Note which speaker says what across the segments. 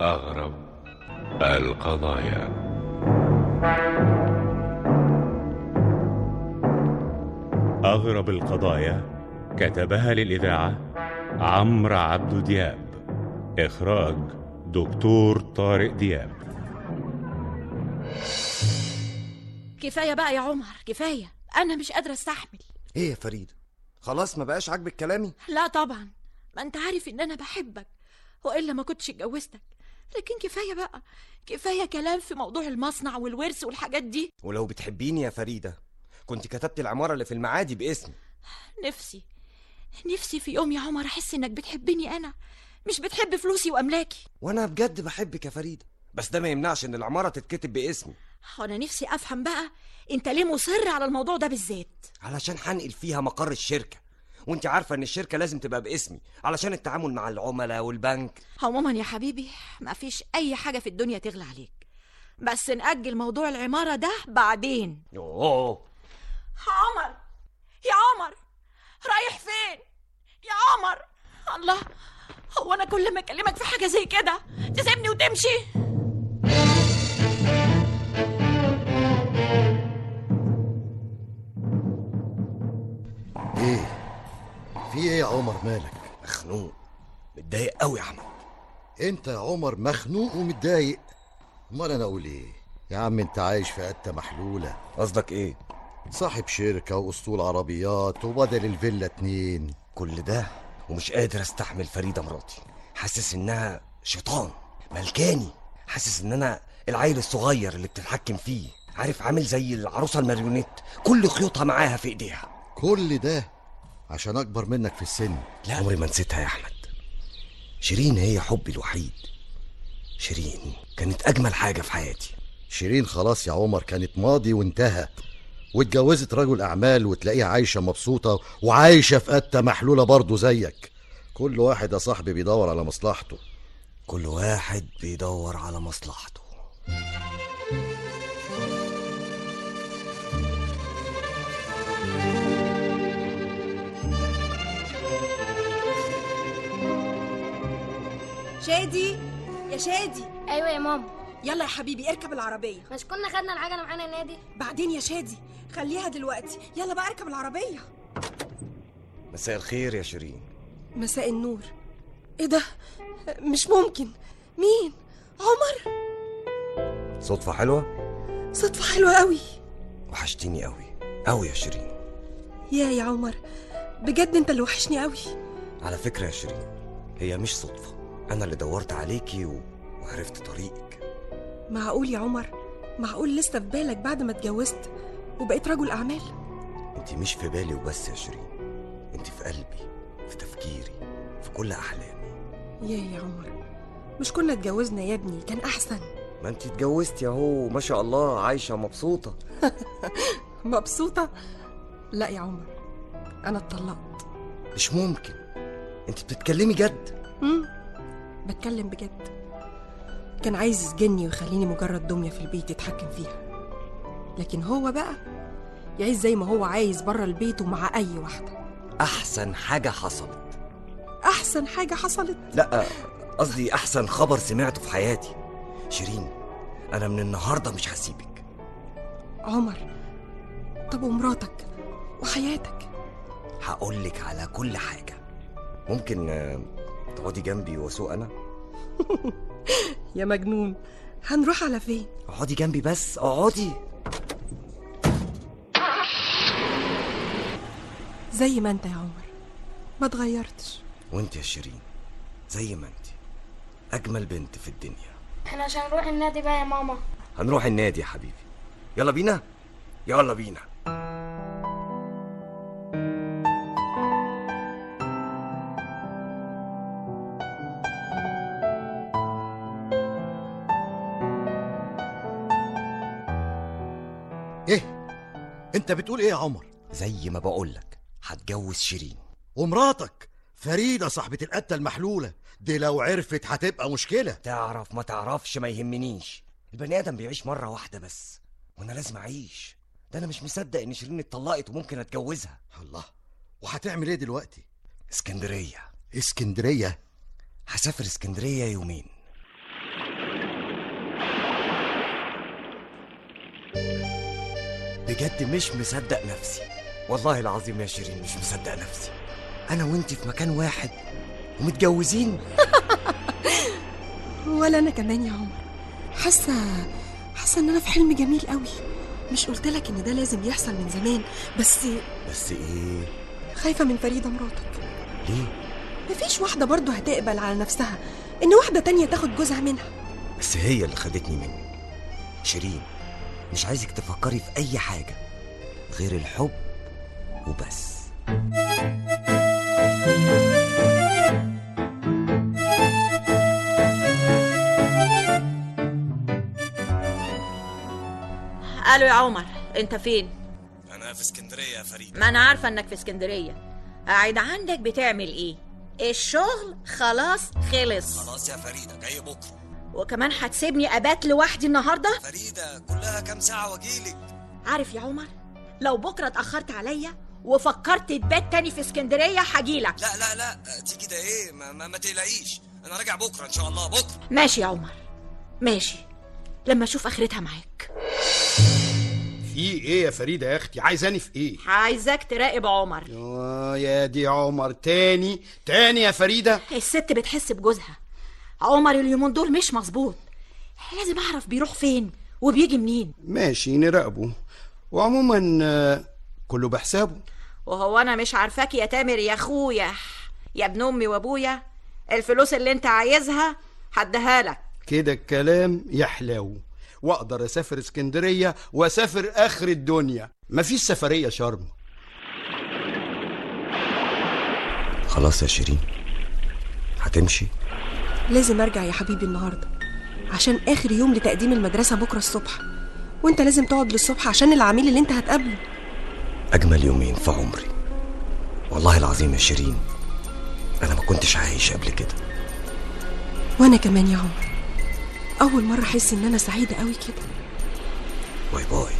Speaker 1: أغرب القضايا
Speaker 2: أغرب القضايا كتبها للإذاعة عمرو عبد دياب إخراج دكتور طارق دياب
Speaker 3: كفايه بقى يا عمر كفايه انا مش قادره استحمل
Speaker 4: ايه يا فريد خلاص ما بقاش عاجبك كلامي
Speaker 3: لا طبعا ما انت عارف ان انا بحبك والا ما كنتش اتجوزتك لكن كفايه بقى كفايه كلام في موضوع المصنع والورث والحاجات دي
Speaker 4: ولو بتحبيني يا فريده كنت كتبت العماره اللي في المعادي باسمي
Speaker 3: نفسي نفسي في يوم يا عمر احس انك بتحبني انا مش بتحب فلوسي واملاكي
Speaker 4: وانا بجد بحبك يا فريده بس ده ما يمنعش ان العماره تتكتب باسمي
Speaker 3: وانا نفسي افهم بقى انت ليه مصر على الموضوع ده بالذات
Speaker 4: علشان هنقل فيها مقر الشركه وانت عارفه ان الشركه لازم تبقى باسمي علشان التعامل مع العملاء والبنك
Speaker 3: عموما يا حبيبي مفيش اي حاجه في الدنيا تغلى عليك بس نأجل موضوع العمارة ده بعدين
Speaker 4: اوه
Speaker 3: عمر يا عمر رايح فين يا عمر الله هو انا كل ما اكلمك في حاجه زي كده تسيبني وتمشي
Speaker 5: ايه في ايه يا عمر مالك
Speaker 4: مخنوق متضايق قوي يا احمد
Speaker 5: انت يا عمر مخنوق ومتضايق امال انا اقول ايه يا عم انت عايش في قته محلوله
Speaker 4: قصدك ايه
Speaker 5: صاحب شركه واسطول عربيات وبدل الفيلا اتنين
Speaker 4: كل ده ومش قادر استحمل فريده مراتي حاسس انها شيطان ملكاني حاسس ان انا العيل الصغير اللي بتتحكم فيه عارف عامل زي العروسه الماريونيت كل خيوطها معاها في ايديها
Speaker 5: كل ده عشان اكبر منك في السن
Speaker 4: لا عمري ما نسيتها يا احمد شيرين هي حبي الوحيد شيرين كانت اجمل حاجه في حياتي
Speaker 5: شيرين خلاص يا عمر كانت ماضي وانتهى واتجوزت رجل اعمال وتلاقيها عايشه مبسوطه وعايشه في قته محلوله برضه زيك كل واحد يا صاحبي بيدور على مصلحته
Speaker 4: كل واحد بيدور على مصلحته
Speaker 3: شادي يا شادي
Speaker 6: ايوه يا ماما
Speaker 3: يلا يا حبيبي اركب العربيه
Speaker 6: مش كنا خدنا الحاجه اللي معانا نادي
Speaker 3: بعدين يا شادي خليها دلوقتي يلا بقى اركب العربيه
Speaker 4: مساء الخير يا شيرين
Speaker 7: مساء النور ايه ده مش ممكن مين عمر
Speaker 4: صدفه حلوه
Speaker 7: صدفة حلوة قوي
Speaker 4: وحشتيني قوي قوي يا شيرين
Speaker 7: يا يا عمر بجد انت اللي وحشني قوي
Speaker 4: على فكره يا شيرين هي مش صدفه انا اللي دورت عليكي و... وعرفت طريقك
Speaker 7: معقول يا عمر معقول لسه في بالك بعد ما اتجوزت وبقيت رجل اعمال
Speaker 4: انت مش في بالي وبس يا شيرين انت في قلبي في تفكيري في كل احلامي
Speaker 7: يا يا عمر مش كنا اتجوزنا يا ابني كان احسن
Speaker 4: ما انت اتجوزتي اهو ما شاء الله عايشه مبسوطه
Speaker 7: مبسوطة لا يا عمر انا اتطلقت
Speaker 4: مش ممكن انت بتتكلمي جد
Speaker 7: مم، بتكلم بجد كان عايز يسجني ويخليني مجرد دمية في البيت يتحكم فيها لكن هو بقى يعيش زي ما هو عايز بره البيت ومع اي واحدة
Speaker 4: احسن حاجه حصلت
Speaker 7: احسن حاجة حصلت
Speaker 4: لا قصدي احسن خبر سمعته في حياتي شيرين انا من النهارده مش هسيبك
Speaker 7: عمر طب ومراتك وحياتك
Speaker 4: هقول لك على كل حاجه ممكن آه، تقعدي جنبي واسوق انا
Speaker 7: يا مجنون هنروح على فين
Speaker 4: اقعدي جنبي بس اقعدي
Speaker 7: زي ما انت يا عمر ما اتغيرتش
Speaker 4: وانت يا شيرين زي ما انت اجمل بنت في الدنيا
Speaker 6: احنا عشان نروح النادي بقى يا ماما
Speaker 4: هنروح النادي يا حبيبي يلا بينا يلا بينا
Speaker 5: ايه انت بتقول ايه يا عمر
Speaker 4: زي ما بقولك هتجوز شيرين
Speaker 5: ومراتك فريده صاحبه القته المحلوله دي لو عرفت هتبقى مشكله
Speaker 4: تعرف ما تعرفش ما يهمنيش البني ادم بيعيش مره واحده بس وانا لازم اعيش ده انا مش مصدق ان شيرين اتطلقت وممكن اتجوزها
Speaker 5: الله وهتعمل ايه دلوقتي
Speaker 4: اسكندريه
Speaker 5: اسكندريه
Speaker 4: هسافر اسكندريه يومين بجد مش مصدق نفسي والله العظيم يا شيرين مش مصدق نفسي انا وانت في مكان واحد ومتجوزين
Speaker 7: ولا انا كمان يا عمر حاسه حاسه ان انا في حلم جميل قوي مش قلت لك ان ده لازم يحصل من زمان بس
Speaker 4: بس ايه
Speaker 7: خايفه من فريده مراتك
Speaker 4: ليه
Speaker 7: مفيش واحده برضه هتقبل على نفسها ان واحده تانية تاخد جوزها منها
Speaker 4: بس هي اللي خدتني منه شيرين مش عايزك تفكري في اي حاجه غير الحب وبس
Speaker 3: قالوا يا عمر انت فين
Speaker 4: انا في اسكندريه يا فريد
Speaker 3: ما انا عارفه انك في اسكندريه قاعد عندك بتعمل ايه الشغل خلاص خلص
Speaker 4: خلاص يا فريده جاي بكره
Speaker 3: وكمان هتسيبني ابات لوحدي النهارده
Speaker 4: فريده كلها كام ساعه واجيلك
Speaker 3: عارف يا عمر لو بكره اتاخرت عليا وفكرت تبات تاني في اسكندريه هجيلك
Speaker 4: لا لا لا تيجي ده ايه ما, ما, ما تقلقيش انا راجع بكره ان شاء الله بكره
Speaker 3: ماشي يا عمر ماشي لما اشوف اخرتها معاك
Speaker 8: في ايه يا فريده يا اختي عايزاني في ايه
Speaker 3: عايزاك تراقب عمر
Speaker 8: آه يا دي عمر تاني تاني يا فريده
Speaker 3: الست بتحس بجوزها عمر اليومين دول مش مظبوط لازم اعرف بيروح فين وبيجي منين
Speaker 8: ماشي نراقبه وعموما آه، كله بحسابه
Speaker 3: وهو انا مش عارفاك يا تامر يا اخويا يا ابن امي وابويا الفلوس اللي انت عايزها هديها لك
Speaker 8: كده الكلام يحلاو واقدر اسافر اسكندريه واسافر اخر الدنيا مفيش سفريه شرم
Speaker 4: خلاص يا شيرين هتمشي
Speaker 7: لازم ارجع يا حبيبي النهارده عشان اخر يوم لتقديم المدرسه بكره الصبح وانت لازم تقعد للصبح عشان العميل اللي انت هتقابله
Speaker 4: أجمل يومين في عمري والله العظيم يا شيرين أنا ما كنتش عايش قبل كده
Speaker 7: وانا كمان يا عمر اول مره احس ان انا سعيده قوي كده
Speaker 4: باي باي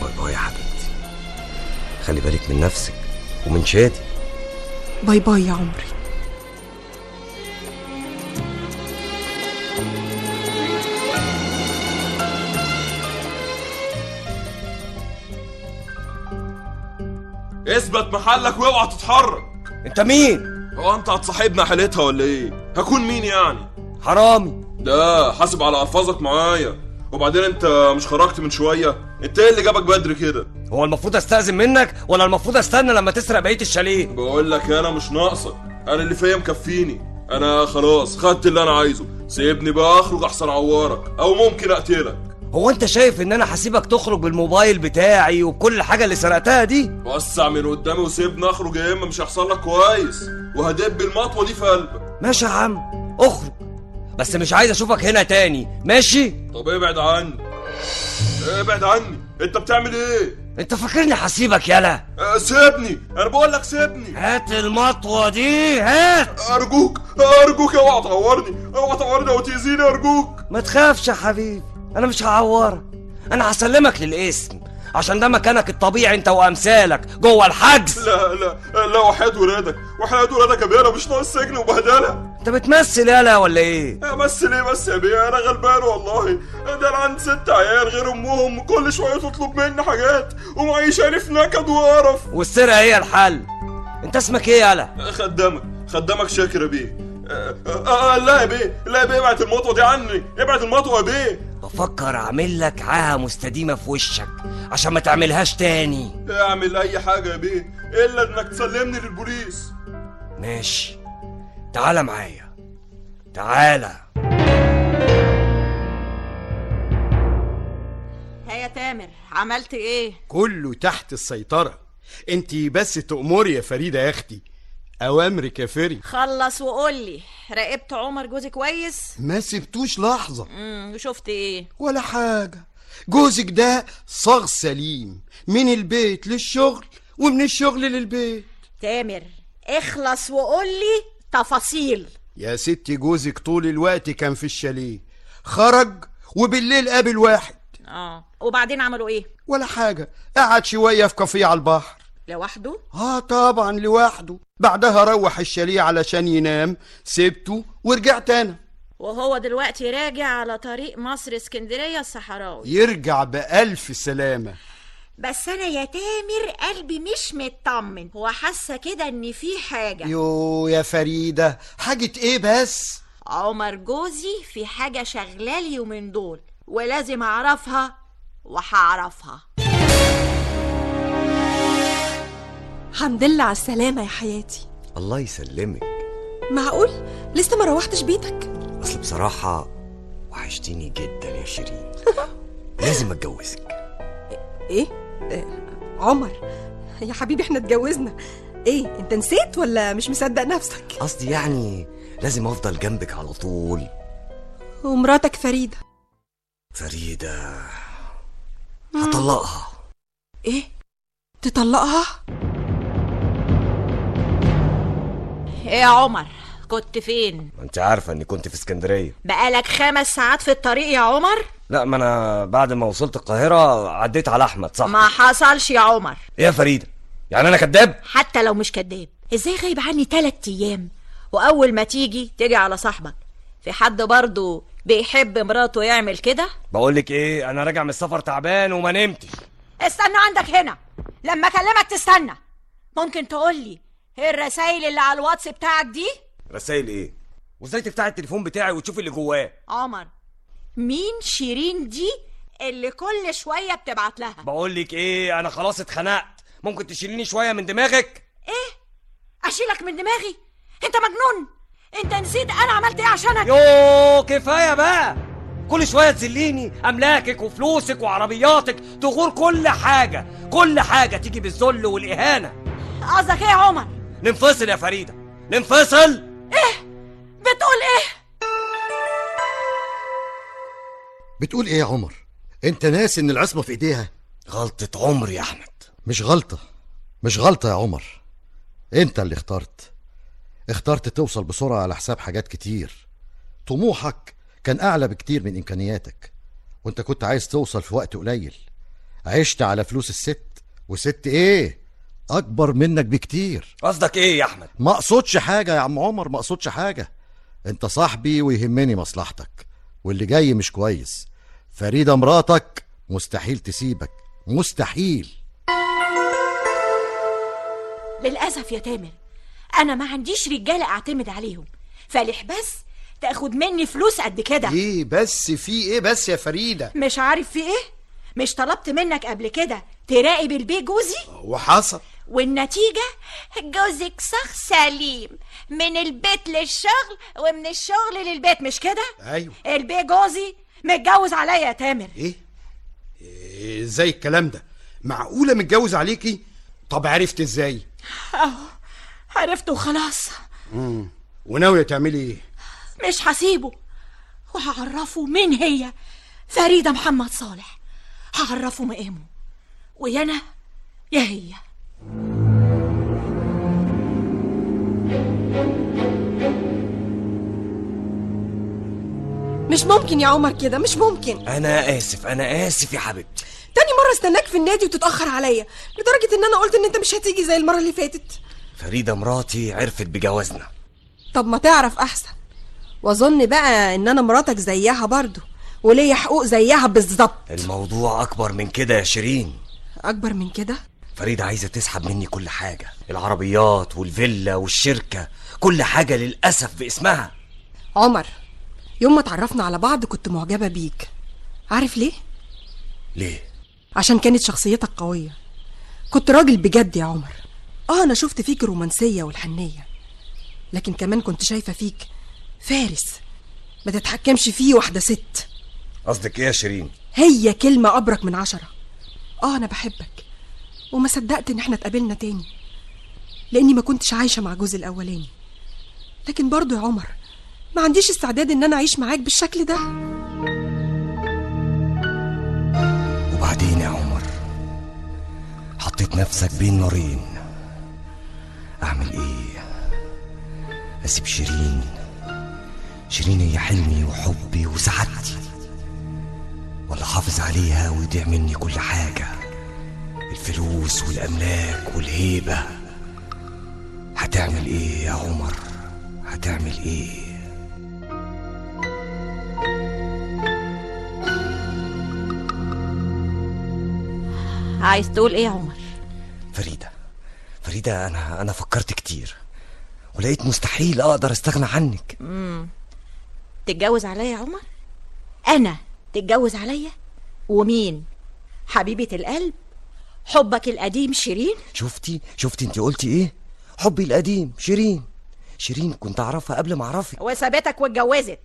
Speaker 4: باي باي يا حبيبتي خلي بالك من نفسك ومن شادي
Speaker 7: باي باي يا عمري
Speaker 9: اثبت محلك واوعى تتحرك
Speaker 4: أنت مين؟
Speaker 9: هو انت هتصاحبنا حالتها ولا ايه هكون مين يعني
Speaker 4: حرامي
Speaker 9: ده حاسب على الفاظك معايا وبعدين انت مش خرجت من شويه انت ايه اللي جابك بدري كده
Speaker 4: هو المفروض أستأذن منك ولا المفروض أستنى لما تسرق بقية الشاليه؟
Speaker 9: بقول لك انا مش ناقصك انا اللي فيا مكفيني انا خلاص خدت اللي انا عايزه سيبني بقى اخرج احسن عوارك او ممكن اقتلك
Speaker 4: هو أنت شايف إن أنا هسيبك تخرج بالموبايل بتاعي وبكل حاجة اللي سرقتها دي؟
Speaker 9: وسع من قدامي وسيبني اخرج يا اما مش هيحصل لك كويس وهدب المطوه دي في قلبك
Speaker 4: ماشي يا عم أخرج بس مش عايز أشوفك هنا تاني ماشي؟
Speaker 9: طب ابعد عني ابعد عني انت بتعمل ايه
Speaker 4: أنت فاكرني هسيبك يالا؟
Speaker 9: اه، سيبني انا بقول لك سيبني
Speaker 4: هات المطوة دي هات
Speaker 9: ارجوك ارجوك اوعى تعورني اوعى تعورني او تاذيني ارجوك
Speaker 4: ما تخافش يا حبيبي انا مش هعورك انا هسلمك للاسم عشان ده مكانك الطبيعي انت وامثالك جوه الحجز
Speaker 9: لا لا لا وحياة ولادك وحياة ولادك يا بيه انا مش ناقص سجن وبهدله
Speaker 4: انت بتمثل يالا ولا ايه
Speaker 9: امثل ايه بس يا بيه انا غلبان والله ده انا عندي ست عيال غير امهم وكل شويه تطلب مني حاجات ومعيشاني في نكد وقرف آه،
Speaker 4: والسرقه هي الحل انت اسمك ايه يالا
Speaker 9: خدامك خدامك شاكر يا بيه آه، آه، آه، لا يا بيه لا يا بيه ابعد المطوه دي عني ابعد المطوه يا بيه
Speaker 4: بفكر اعمل لك عاهه مستديمه في وشك عشان ما تعملهاش تاني
Speaker 9: اعمل اي حاجه يا بيه الا انك تسلمني للبوليس
Speaker 4: ماشي تعالى معايا تعالى
Speaker 3: ها يا تامر عملت ايه
Speaker 8: كله تحت السيطره انت بس تأمري يا فريده يا اختي اوامرك يا فري
Speaker 3: خلص وقول لي راقبت عمر جوزي كويس
Speaker 8: ما سبتوش لحظه
Speaker 3: امم شفت ايه
Speaker 8: ولا حاجة جوزك ده صاغ سليم من البيت للشغل ومن الشغل للبيت
Speaker 3: تامر اخلص وقول لي تفاصيل
Speaker 8: يا ستي جوزك طول الوقت كان في الشاليه خرج وبالليل قابل واحد
Speaker 3: اه وبعدين عملوا ايه
Speaker 8: ولا حاجة قعد شوية في كافيه على البحر
Speaker 3: لوحده
Speaker 8: اه طبعا لوحده بعدها روح الشاليه علشان ينام سبته ورجعت انا
Speaker 3: وهو دلوقتي راجع على طريق مصر اسكندريه الصحراوي
Speaker 8: يرجع بألف سلامة
Speaker 3: بس انا يا تامر قلبي مش مطمن هو حاسه كده ان في حاجه
Speaker 10: يو يا فريدة حاجة
Speaker 8: إيه
Speaker 10: ايه بس
Speaker 3: عمر جوزي في حاجه شغلاه اليومين دول ولازم اعرفها وهعرفها
Speaker 7: حمد لله على السلامه يا حياتي
Speaker 4: الله يسلمك
Speaker 7: معقول لسه ما روحتش بيتك
Speaker 4: اصل بصراحة وحشتيني جدا يا شيرين لازم اتجوزك
Speaker 7: ايه آه، عمر يا حبيبي احنا اتجوزنا ايه انت نسيت ولا مش مصدق نفسك
Speaker 4: قصدي يعني لازم افضل جنبك على طول
Speaker 7: ومراتك فريده
Speaker 4: فريدة هطلقها
Speaker 7: ايه تطلقها
Speaker 3: ايه يا عمر كنت فين
Speaker 4: ما انت عارفة اني كنت في اسكندرية
Speaker 3: بقالك خمس ساعات في الطريق يا عمر
Speaker 4: لا ما انا بعد ما وصلت القاهرة عديت على احمد صح
Speaker 3: ما حصلش يا عمر
Speaker 4: ايه يا فريدة يعني انا كداب
Speaker 3: حتى لو مش كداب ازاي غايب عني تلات ايام واول ما تيجي تيجي على صاحبك في حد برضه بيحب مراته يعمل كده
Speaker 4: بقول لك ايه انا راجع من السفر تعبان وما نمتش
Speaker 3: استنى عندك هنا لما اكلمك تستنى ممكن تقولي ايه الرسايل اللي على الواتس بتاعك دي
Speaker 4: رسائل ايه وازاي تفتحي التليفون بتاعي وتشوفي اللي جواه
Speaker 3: عمر مين شيرين دي اللي كل شوية بتبعت لها
Speaker 4: بقول لك ايه انا خلاص اتخنقت ممكن تشيليني شوية من دماغك
Speaker 3: اشيلك من دماغي انت مجنون انت نسيت انا عملت ايه عشانك
Speaker 4: يو كفاية بقى كل شوية تذليني أملاكك وفلوسك وعربياتك تغور كل حاجة كل حاجة تيجي بالذل والإهانة
Speaker 3: قصدك ايه يا عمر
Speaker 4: ننفصل يا فريدة ننفصل
Speaker 3: بتقول ايه
Speaker 8: بتقول ايه يا عمر انت ناسي ان العصمه في ايديها
Speaker 4: غلطة عمري يا أحمد
Speaker 8: مش غلطه مش غلطه يا عمر انت اللي اخترت اخترت توصل بسرعه على حساب حاجات كتير طموحك كان اعلى بكتير من امكانياتك وانت كنت عايز توصل في وقت قليل عشت على فلوس الست وست ايه اكبر منك بكتير
Speaker 4: قصدك إيه يا أحمد
Speaker 8: ما اقصدش حاجة يا عم عمر ما اقصدش حاجة انت صاحبي ويهمني مصلحتك واللي جاي مش كويس فريدة مراتك مستحيل تسيبك مستحيل
Speaker 3: للأسف يا تامر أنا ما عنديش رجالة أعتمد عليهم فالح بس تاخد مني فلوس قد كده
Speaker 8: إيه؟
Speaker 10: ايه بس في ايه بس يا فريدة
Speaker 3: مش عارف في إيه مش طلبت منك قبل كده تراقب البيه جوزي
Speaker 10: وحصل
Speaker 3: والنتيجة جوزك شخص سليم من البيت للشغل ومن الشغل للبيت مش كده
Speaker 10: ايوه
Speaker 3: البيه جوزي متجوز عليا يا تامر
Speaker 10: ايه إيه ازاي الكلام ده معقولة متجوز عليكي طب عرفت ازاي
Speaker 3: عرفته وخلاص
Speaker 10: وناوية تعملي ايه
Speaker 3: مش هسيبه وهعرفه مين هي فريدة محمد صالح هعرفه مقامه ويا أنا يا هي
Speaker 7: مش ممكن يا عمر كده مش ممكن
Speaker 4: أنا آسف أنا آسف يا حبيبتي
Speaker 7: تاني مرة استناك في النادي وتتأخر عليا لدرجة ان انا قلت ان انت مش هتيجي زي المرة اللي فاتت
Speaker 4: فريدة مراتي عرفت بجوازنا
Speaker 7: طب ما تعرف احسن واظن بقى ان انا مراتك زيها برضو وليا حقوق زيها بالظبط
Speaker 4: الموضوع أكبر من كده يا شيرين
Speaker 7: اكبر من كده
Speaker 4: فريدة عايزة تسحب مني كل حاجة العربيات والفيلا والشركة كل حاجة للأسف باسمها
Speaker 7: عمر يوم ما اتعرفنا على بعض كنت معجبة بيك عارف ليه؟
Speaker 4: ليه؟
Speaker 7: عشان كانت شخصيتك قوية كنت راجل بجد يا عمر اه انا شفت فيك الرومانسية والحنية لكن كمان كنت شايفة فيك فارس ما تتحكمش فيه واحدة ست
Speaker 4: قصدك إيه يا شيرين
Speaker 7: هي كلمة أبرك من عشرة آه أنا بحبك وما صدقت إن إحنا اتقابلنا تاني لأني ما كنتش عايشة مع جوزي الأولاني لكن برضو يا عمر ما عنديش استعداد إن أنا أعيش معاك بالشكل ده
Speaker 4: وبعدين يا عمر حطيت نفسك بين نارين اعمل ايه اسيب شيرين شيرين هي حلمي وحبي وسعادتي ولا احافظ عليها ويضيع مني كل حاجه الفلوس والاملاك والهيبه هتعمل ايه يا عمر هتعمل ايه
Speaker 3: عايز تقول ايه يا عمر
Speaker 4: فريدة فريدة أنا أنا فكرت كتير ولقيت مستحيل أقدر أستغنى عنك
Speaker 3: مم. تتجوز عليا يا عمر انا تتجوز عليا ومين حبيبة القلب حبك القديم شيرين
Speaker 4: شفتي شفتي أنت قلتي إيه حبي القديم شيرين شيرين كنت أعرفها قبل ما أعرفك
Speaker 3: وسابتك واتجوزت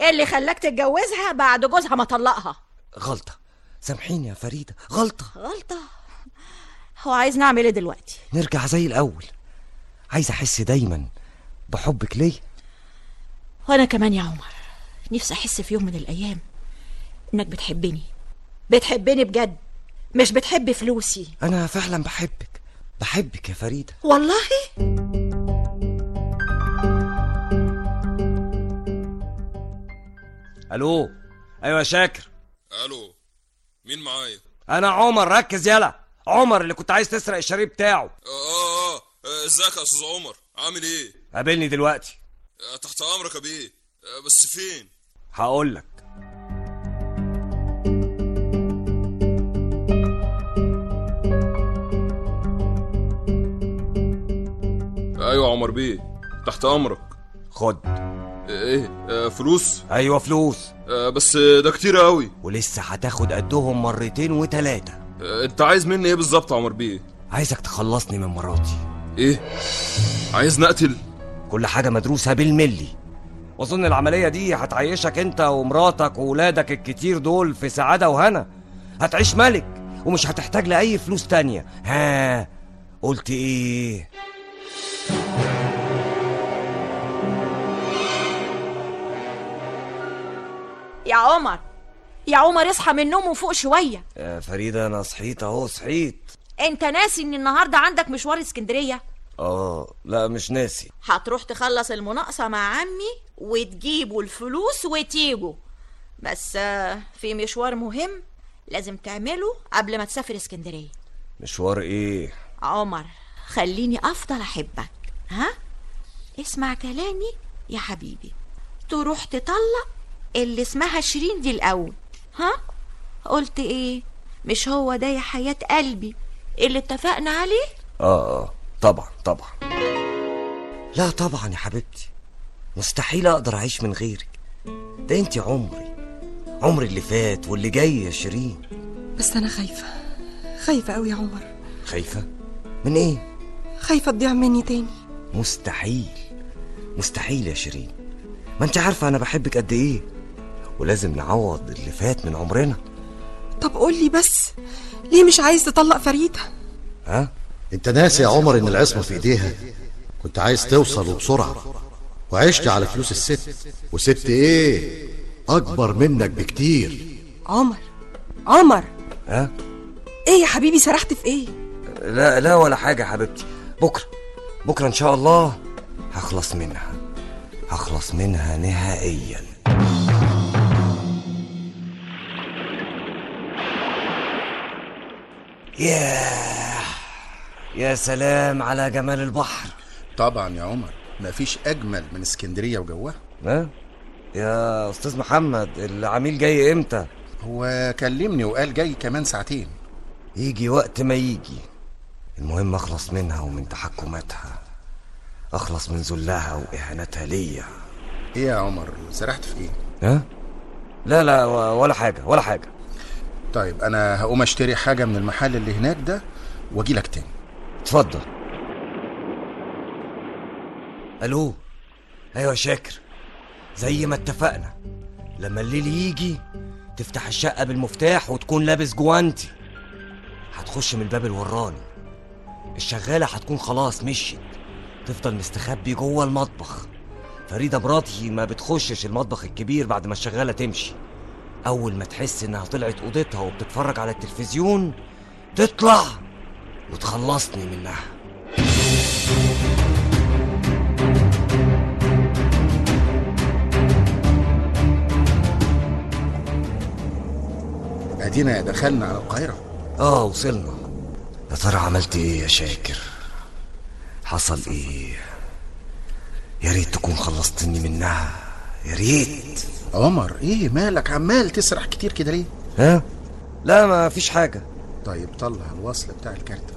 Speaker 3: ايه اللي خلاك تتجوزها بعد جوزها ما طلقها
Speaker 4: غلطة سامحيني يا فريدة غلطة
Speaker 3: غلطة هو عايز نعمل ايه دلوقتي
Speaker 4: نرجع زي الأول عايز أحس دايما بحبك ليا
Speaker 3: وانا كمان يا عمر نفسي احس في يوم من الايام انك بتحبني بتحبني بجد مش بتحب فلوسي
Speaker 4: أنا فعلا بحبك بحبك يا فريدة
Speaker 3: والله
Speaker 4: ألو أيوة يا شاكر
Speaker 9: الو مين معايا
Speaker 4: أنا عمر ركز يلا عمر اللي كنت عايز تسرق الشريط بتاعه
Speaker 9: اه اه اه آه، ازيك يا استاذ عمر عامل ايه
Speaker 4: قابلني دلوقتي
Speaker 9: آه، تحت امرك يا بيه آه، بس فين
Speaker 4: هقول لك
Speaker 9: ايوه يا عمر بيه تحت امرك
Speaker 4: خد
Speaker 9: آه، ايه آه، فلوس
Speaker 4: أيوة فلوس
Speaker 9: آه، بس آه، ده كتير قوي
Speaker 4: ولسه هتاخد قدهم مرتين وتلاتة
Speaker 9: آه، انت عايز مني ايه بالظبط يا عمر بيه
Speaker 4: عايزك تخلصني من مراتي
Speaker 9: ايه عايز نقتل
Speaker 4: كل حاجة مدروسة بالملي وأظن العملية دي هتعيشك أنت ومراتك وولادك الكتير دول في سعادة وهنا هتعيش ملك ومش هتحتاج لأي فلوس تانية ها قلت إيه
Speaker 3: يا عمر يا عمر اصحى من النوم وفوق شويه
Speaker 4: يا آه، فريدة أنا صحيت أهو صحيت
Speaker 3: انت ناسي ان النهارده عندك مشوار اسكندريه
Speaker 4: آه لا مش ناسي
Speaker 3: هتروح تخلص المناقصه مع عمي وتجيبوا الفلوس وتيجوا بس آه، في مشوار مهم لازم تعمله قبل ما تسافر اسكندريه
Speaker 4: مشوار إيه
Speaker 3: عمر خليني افضل احبك ها اسمع كلامي يا حبيبي تروح تطلق اللي اسمها شيرين دي الاول ها قلت ايه مش هو ده يا حياة قلبي اللي اتفقنا عليه
Speaker 4: آه آه طبعا طبعا لا طبعا يا حبيبتي مستحيل أقدر أعيش من غيرك ده أنت عمري عمري اللي فات واللي جاي يا شيرين
Speaker 7: بس أنا خايفة خايفة أوي يا عمر
Speaker 4: خايفة؟ من إيه؟
Speaker 7: خايفة تضيع مني تاني
Speaker 4: مستحيل مستحيل يا شيرين ما أنت عارفة أنا بحبك قد إيه ولازم نعوض اللي فات من عمرنا
Speaker 7: طب قولي بس ليه مش عايز تطلق فريدة
Speaker 4: ها؟
Speaker 5: انت ناسي يا عمر ان العصمه في ايديها كنت عايز توصل وبسرعه وعشت على فلوس الست وست ايه اكبر منك بكتير
Speaker 7: عمر عمر
Speaker 4: ها؟
Speaker 7: ايه يا حبيبي سرحت في ايه
Speaker 4: لا لا ولا حاجة يا حبيبتي بكرة بكرة إن شاء الله هخلص منها هخلص منها نهائيا ياه يا سلام على جمال البحر
Speaker 11: طبعا يا عمر مفيش اجمل من اسكندريه وجوها
Speaker 4: ها يا استاذ محمد العميل جاي امتى
Speaker 11: هو كلمني وقال جاي كمان ساعتين
Speaker 4: يجي وقت ما يجي المهم اخلص منها ومن تحكماتها اخلص من ذلها واهانتها ليا
Speaker 11: ايه يا عمر سرحت في ايه
Speaker 4: ها لا لا و- ولا حاجه ولا حاجه
Speaker 11: طيب انا هقوم اشتري حاجه من المحل اللي هناك ده واجي لك تاني
Speaker 4: اتفضل الو ايوه يا شاكر زي ما اتفقنا لما الليل يجي تفتح الشقه بالمفتاح وتكون لابس جوانتي هتخش من الباب الوراني الشغاله هتكون خلاص مشيت تفضل مستخبي جوه المطبخ فريده مراتي ما بتخشش المطبخ الكبير بعد ما الشغاله تمشي اول ما تحس انها طلعت اوضتها وبتتفرج على التلفزيون تطلع وتخلصني منها
Speaker 11: ادينا دخلنا على القاهره
Speaker 4: اه وصلنا يا ترى عملت ايه يا شاكر حصل ايه يا ريت تكون خلصتني منها يا ريت
Speaker 5: إيه
Speaker 11: عمر ايه مالك عمال تسرح كتير كده ليه
Speaker 4: ها لا ما فيش حاجه
Speaker 11: طيب طلع الوصل بتاع الكارتة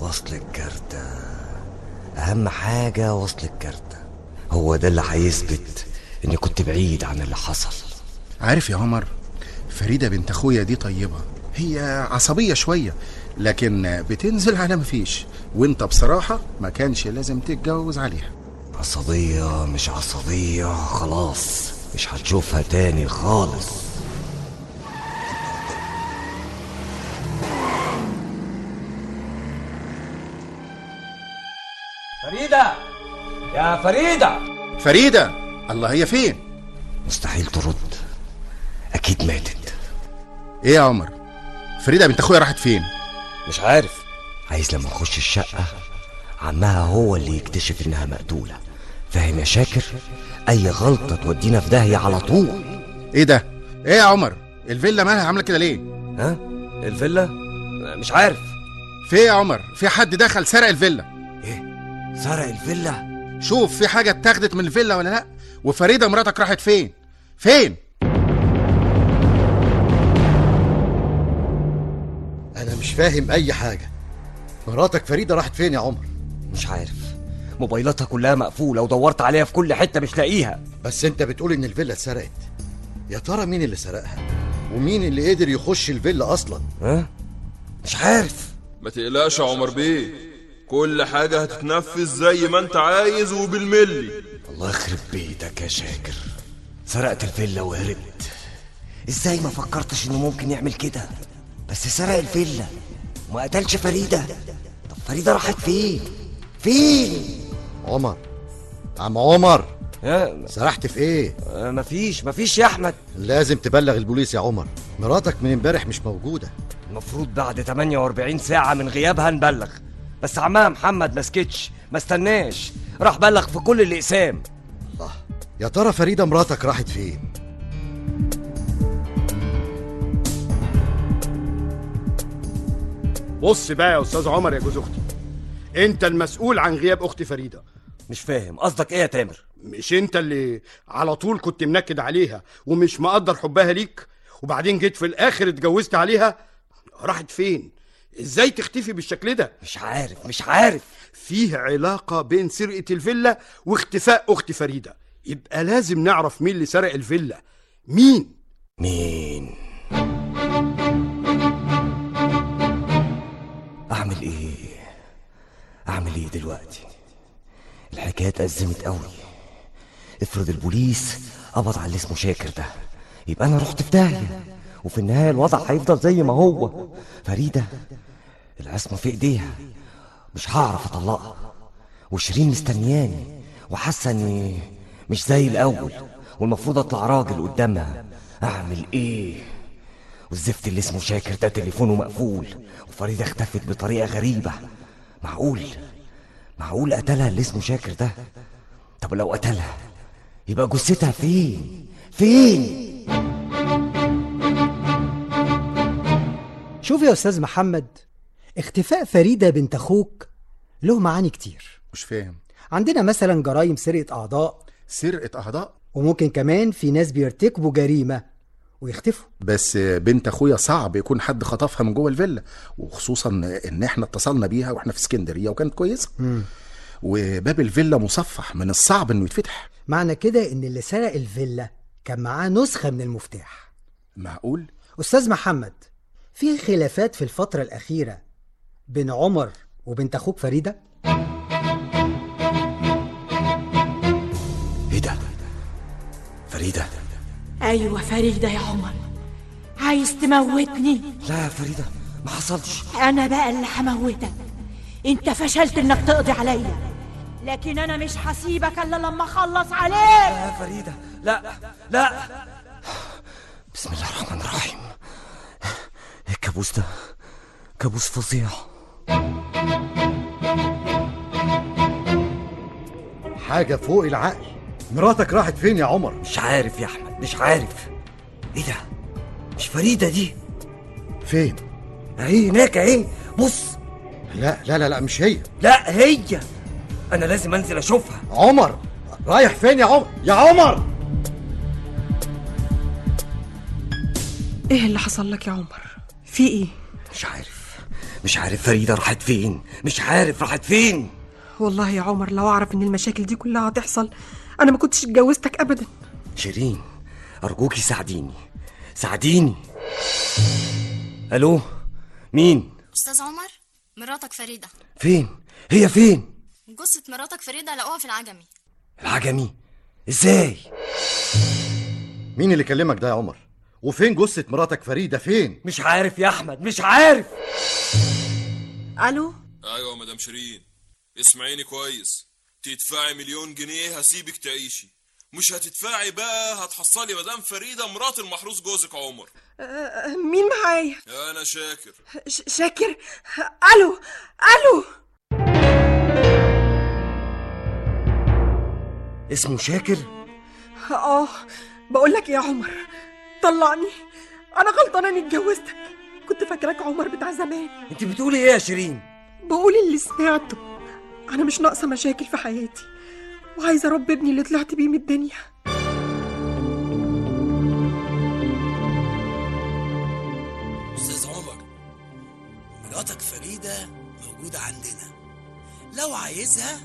Speaker 4: وصل الكارتة أهم حاجة وصل الكارتة هو ده اللي هيثبت إني كنت بعيد عن اللي حصل
Speaker 11: عارف يا عمر فريدة بنت أخويا دي طيبة هي عصبية شوية لكن بتنزل على مفيش وانت بصراحة ما كانش لازم تتجوز عليها
Speaker 4: عصبية مش عصبية خلاص مش هتشوفها تاني خالص
Speaker 12: فريدة يا فريدة
Speaker 11: فريدة الله هي فين
Speaker 4: مستحيل ترد أكيد ماتت
Speaker 11: ايه يا عمر فريدة بنت أخويا راحت فين
Speaker 4: مش عارف عايز لما نخش الشقة عمها هو اللي يكتشف إنها مقتولة فاهم يا شاكر أي غلطة تودينا في داهية على طول
Speaker 11: ايه ده ايه يا عمر الفيلا مالها عاملة كده ليه
Speaker 4: ها الفيلا مش عارف
Speaker 11: في ايه يا عمر في حد دخل سرق الفيلا
Speaker 4: ايه سرق الفيلا
Speaker 11: شوف في حاجة اتاخدت من الفيلا ولا لا وفريدة مراتك راحت فين فين
Speaker 5: أنا مش فاهم أي حاجة مراتك فريدة راحت فين يا عمر؟
Speaker 4: مش عارف موبايلاتها كلها مقفولة ودورت عليها في كل حتة مش لاقيها
Speaker 5: بس أنت بتقول إن الفيلا اتسرقت يا ترى مين اللي سرقها؟ ومين اللي قدر يخش الفيلا أصلا؟
Speaker 4: ها؟ مش عارف
Speaker 9: ما تقلقش يا عمر بيه كل حاجة هتتنفذ زي ما انت عايز وبالملي
Speaker 4: الله يخرب بيتك يا شاكر سرقت الفيلا وهربت ازاي ما فكرتش انه ممكن يعمل كده بس سرق الفيلا وما قتلش فريدة طب فريدة راحت فين فين
Speaker 5: عمر عم عمر
Speaker 4: ها؟
Speaker 5: سرحت في ايه؟
Speaker 4: مفيش مفيش يا احمد
Speaker 5: لازم تبلغ البوليس يا عمر مراتك من امبارح مش موجودة
Speaker 4: المفروض بعد 48 ساعة من غيابها نبلغ بس عمها محمد ما سكتش ما استناش راح بلغ في كل الأقسام
Speaker 5: الله يا ترى فريدة مراتك راحت فين؟
Speaker 8: بص بقى يا استاذ عمر يا جوز اختي انت المسؤول عن غياب اختي فريده
Speaker 4: مش فاهم قصدك ايه يا تامر
Speaker 8: مش انت اللي على طول كنت منكد عليها ومش مقدر حبها ليك وبعدين جيت في الاخر اتجوزت عليها راحت فين ازاي تختفي بالشكل ده
Speaker 4: مش عارف مش عارف
Speaker 8: فيه علاقه بين سرقه الفيلا واختفاء اختي فريده يبقى لازم نعرف مين اللي سرق الفيلا مين
Speaker 4: مين اعمل ايه اعمل ايه دلوقتي الحكايه اتأزمت قوي افرض البوليس قبض على اللي اسمه شاكر ده يبقى انا رحت في داهيه وفي النهايه الوضع هيفضل زي ما هو فريده العصمه في ايديها مش هعرف اطلقها وشيرين مستنياني وحاسه اني مش زي الاول والمفروض اطلع راجل قدامها اعمل ايه والزفت اللي اسمه شاكر ده تليفونه مقفول وفريدة اختفت بطريقة غريبة معقول معقول قتلها اللي اسمه شاكر ده طب لو قتلها يبقى جثتها فين فين
Speaker 13: شوف يا استاذ محمد اختفاء فريدة بنت اخوك له معاني كتير
Speaker 11: مش فاهم
Speaker 13: عندنا مثلا جرائم سرقة اعضاء
Speaker 11: سرقة أعضاء
Speaker 13: وممكن كمان في ناس بيرتكبوا جريمة ويختفوا
Speaker 11: بس بنت اخويا صعب يكون حد خطفها من جوه الفيلا وخصوصا ان احنا اتصلنا بيها واحنا في اسكندريه وكانت كويسه
Speaker 13: مم.
Speaker 11: وباب الفيلا مصفح من الصعب انه يتفتح
Speaker 13: معنى كده ان اللي سرق الفيلا كان معاه نسخة من المفتاح
Speaker 11: معقول
Speaker 13: استاذ محمد في خلافات في الفترة الأخيرة بين عمر وبنت أخوك فريدة
Speaker 5: إيه
Speaker 4: ايه ده فريدة
Speaker 14: ايوه فريده يا عمر عايز تموتني
Speaker 4: لا يا فريدة ما حصلش
Speaker 14: انا بقى اللي هموتك انت فشلت انك تقضي عليا لكن انا مش هسيبك الا لما اخلص عليك
Speaker 4: يا فريدة لا لا بسم الله الرحمن الرحيم الكابوس ده كابوس فظيع
Speaker 5: حاجة فوق العقل مراتك راحت فين يا عمر؟
Speaker 4: مش عارف يا احمد مش عارف ايه ده مش فريدة دي
Speaker 5: فين؟
Speaker 4: اهي هناك اهي بص
Speaker 5: لا لا لا لا مش هي
Speaker 4: لا هي انا لازم انزل اشوفها
Speaker 5: عمر رايح فين يا عمر؟ يا عمر
Speaker 15: إيه
Speaker 7: ايه اللي حصل لك يا عمر في ايه
Speaker 4: مش عارف مش عارف فريدة راحت فين مش عارف راحت فين
Speaker 15: والله يا عمر لو اعرف ان المشاكل دي كلها هتحصل انا ما كنتش اتجوزتك ابدا
Speaker 4: شيرين أرجوكي ساعديني ساعديني ألو مين
Speaker 16: استاذ عمر مراتك فريده
Speaker 4: فين هي فين
Speaker 16: جثه مراتك فريده لقوها في العجمي
Speaker 4: العجمي ازاي
Speaker 5: مين اللي كلمك ده يا عمر وفين جثة مراتك فريدة فين
Speaker 4: مش عارف يا أحمد مش عارف
Speaker 15: الو
Speaker 9: ايوه يا مدام شيرين اسمعيني كويس تدفعي مليون جنيه هسيبك تعيشي مش هتدفعي بقى هتحصلي مدام فريده مرات المحروس جوزك عمر
Speaker 15: آه، مين معايا
Speaker 9: انا شاكر
Speaker 15: ش- شاكر الو الو
Speaker 4: اسمه شاكر
Speaker 15: اه بقول لك يا عمر طلعني انا غلطانه اني اتجوزتك كنت فاكراك عمر بتاع زمان
Speaker 4: انت بتقولي ايه يا شيرين
Speaker 15: بقول اللي سمعته انا مش ناقصه مشاكل في حياتي وعايزه اربي ابني اللي طلعت بيه من الدنيا
Speaker 17: استاذ عمر مراتك فريده موجوده عندنا لو عايزها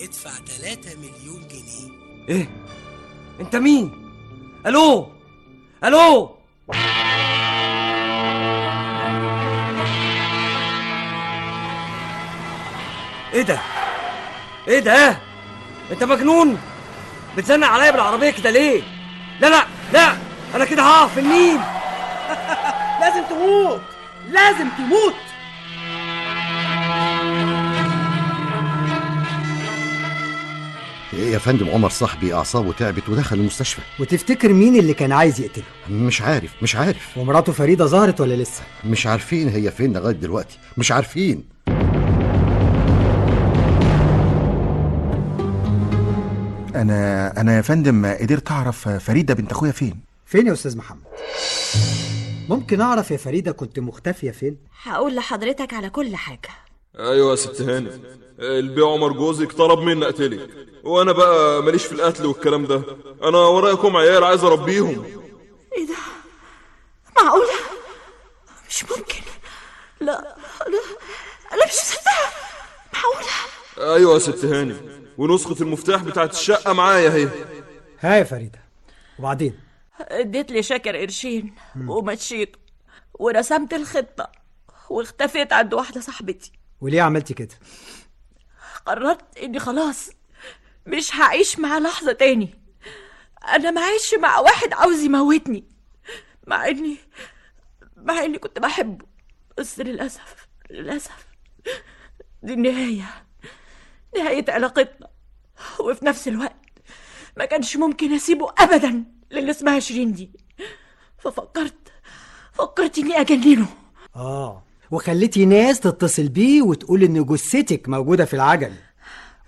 Speaker 17: ادفع 3 مليون جنيه
Speaker 4: ايه انت مين الو الو ايه ده ايه ده انت مجنون بتزنق عليا بالعربيه كده ليه لا لا لا انا كده هقع في النيل
Speaker 18: لازم تموت لازم تموت
Speaker 11: إيه
Speaker 5: ايه يا فندم عمر صاحبي اعصابه تعبت ودخل المستشفى
Speaker 8: وتفتكر مين اللي كان عايز يقتله
Speaker 5: مش عارف مش عارف
Speaker 8: ومراته فريدة ظهرت ولا لسه
Speaker 5: مش عارفين هي فين لغاية دلوقتي مش عارفين
Speaker 19: انا انا يا فندم قدرت اعرف فريده بنت اخويا فين
Speaker 8: فين يا استاذ محمد ممكن اعرف يا فريدة كنت مختفية فين
Speaker 3: هقول لحضرتك على كل حاجة
Speaker 9: ايوه يا ست هاني البي عمر جوزك طلب مني اقتلك وانا بقى ماليش في القتل والكلام ده انا ورايكم عيال عايز اربيهم
Speaker 3: ايه ده معقولة مش ممكن لا لا انا مش مصدقة معقولة
Speaker 9: ايوه يا ست هاني ونسخه المفتاح بتاعت الشقه معايا اهي
Speaker 8: ها يا فريدة وبعدين
Speaker 7: اديت لي شاكر قرشين ومشيت ورسمت الخطة واختفيت عند واحدة صاحبتي
Speaker 8: وليه عملتي كده
Speaker 7: قررت اني خلاص مش هعيش معاه لحظة تاني انا ما عايش مع واحد عاوز يموتني مع اني مع اني كنت بحبه بس للأسف للأسف دي النهاية نهاية علاقتنا وفي نفس الوقت ما كانش ممكن اسيبه ابدا للي اسمها شيرين دي ففكرت فكرت اني اجننه
Speaker 8: اه وخليتي ناس تتصل بيه وتقول ان جثتك موجودة في العجل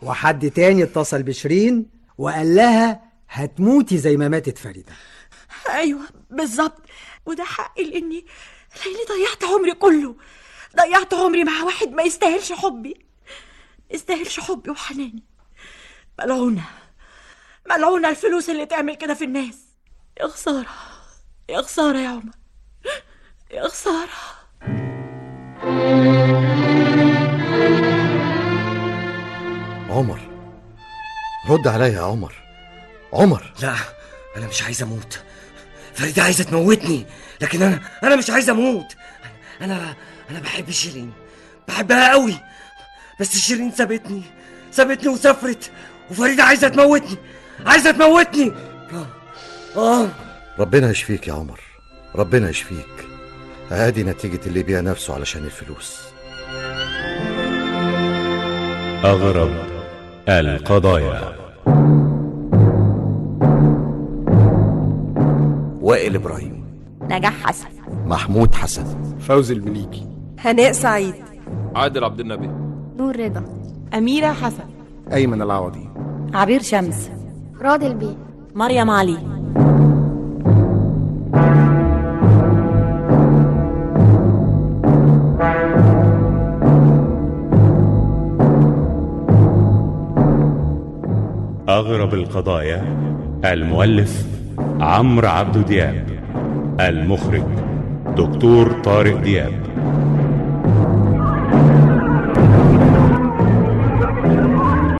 Speaker 8: وحد تاني اتصل بشيرين وقال لها هتموتي زي ما ماتت فريدة
Speaker 7: ايوه بالظبط وده حقي لاني لاني ضيعت عمري كله ضيعت عمري مع واحد ما يستاهلش حبي ما يستاهلش حبي وحناني ملعونه ملعونه الفلوس اللي تعمل كده في الناس يا خساره يا خساره يا عمر يا خساره
Speaker 5: عمر رد عليا يا عمر عمر
Speaker 4: لا انا مش عايز اموت فريدة عايزة تموتني لكن انا انا مش عايز اموت انا انا بحب شيرين بحبها قوي بس شيرين سابتني سابتني وسافرت وفريدة عايزة تموتني عايزة تموتني اه اه
Speaker 5: ربنا يشفيك يا عمر ربنا يشفيك ادي نتيجة اللي بيع نفسه علشان الفلوس
Speaker 2: أغرب القضايا
Speaker 4: وائل ابراهيم
Speaker 15: نجاح حسن
Speaker 5: محمود حسن
Speaker 20: فوزي المليكي
Speaker 15: هناء سعيد
Speaker 9: عادل عبد النبي
Speaker 6: نور رضا
Speaker 21: أميرة حسن
Speaker 19: ايمن العوضي
Speaker 21: عبير شمس
Speaker 6: راضي البي
Speaker 21: مريم علي
Speaker 2: أغرب القضايا المؤلف عمرو عبد دياب المخرج دكتور طارق دياب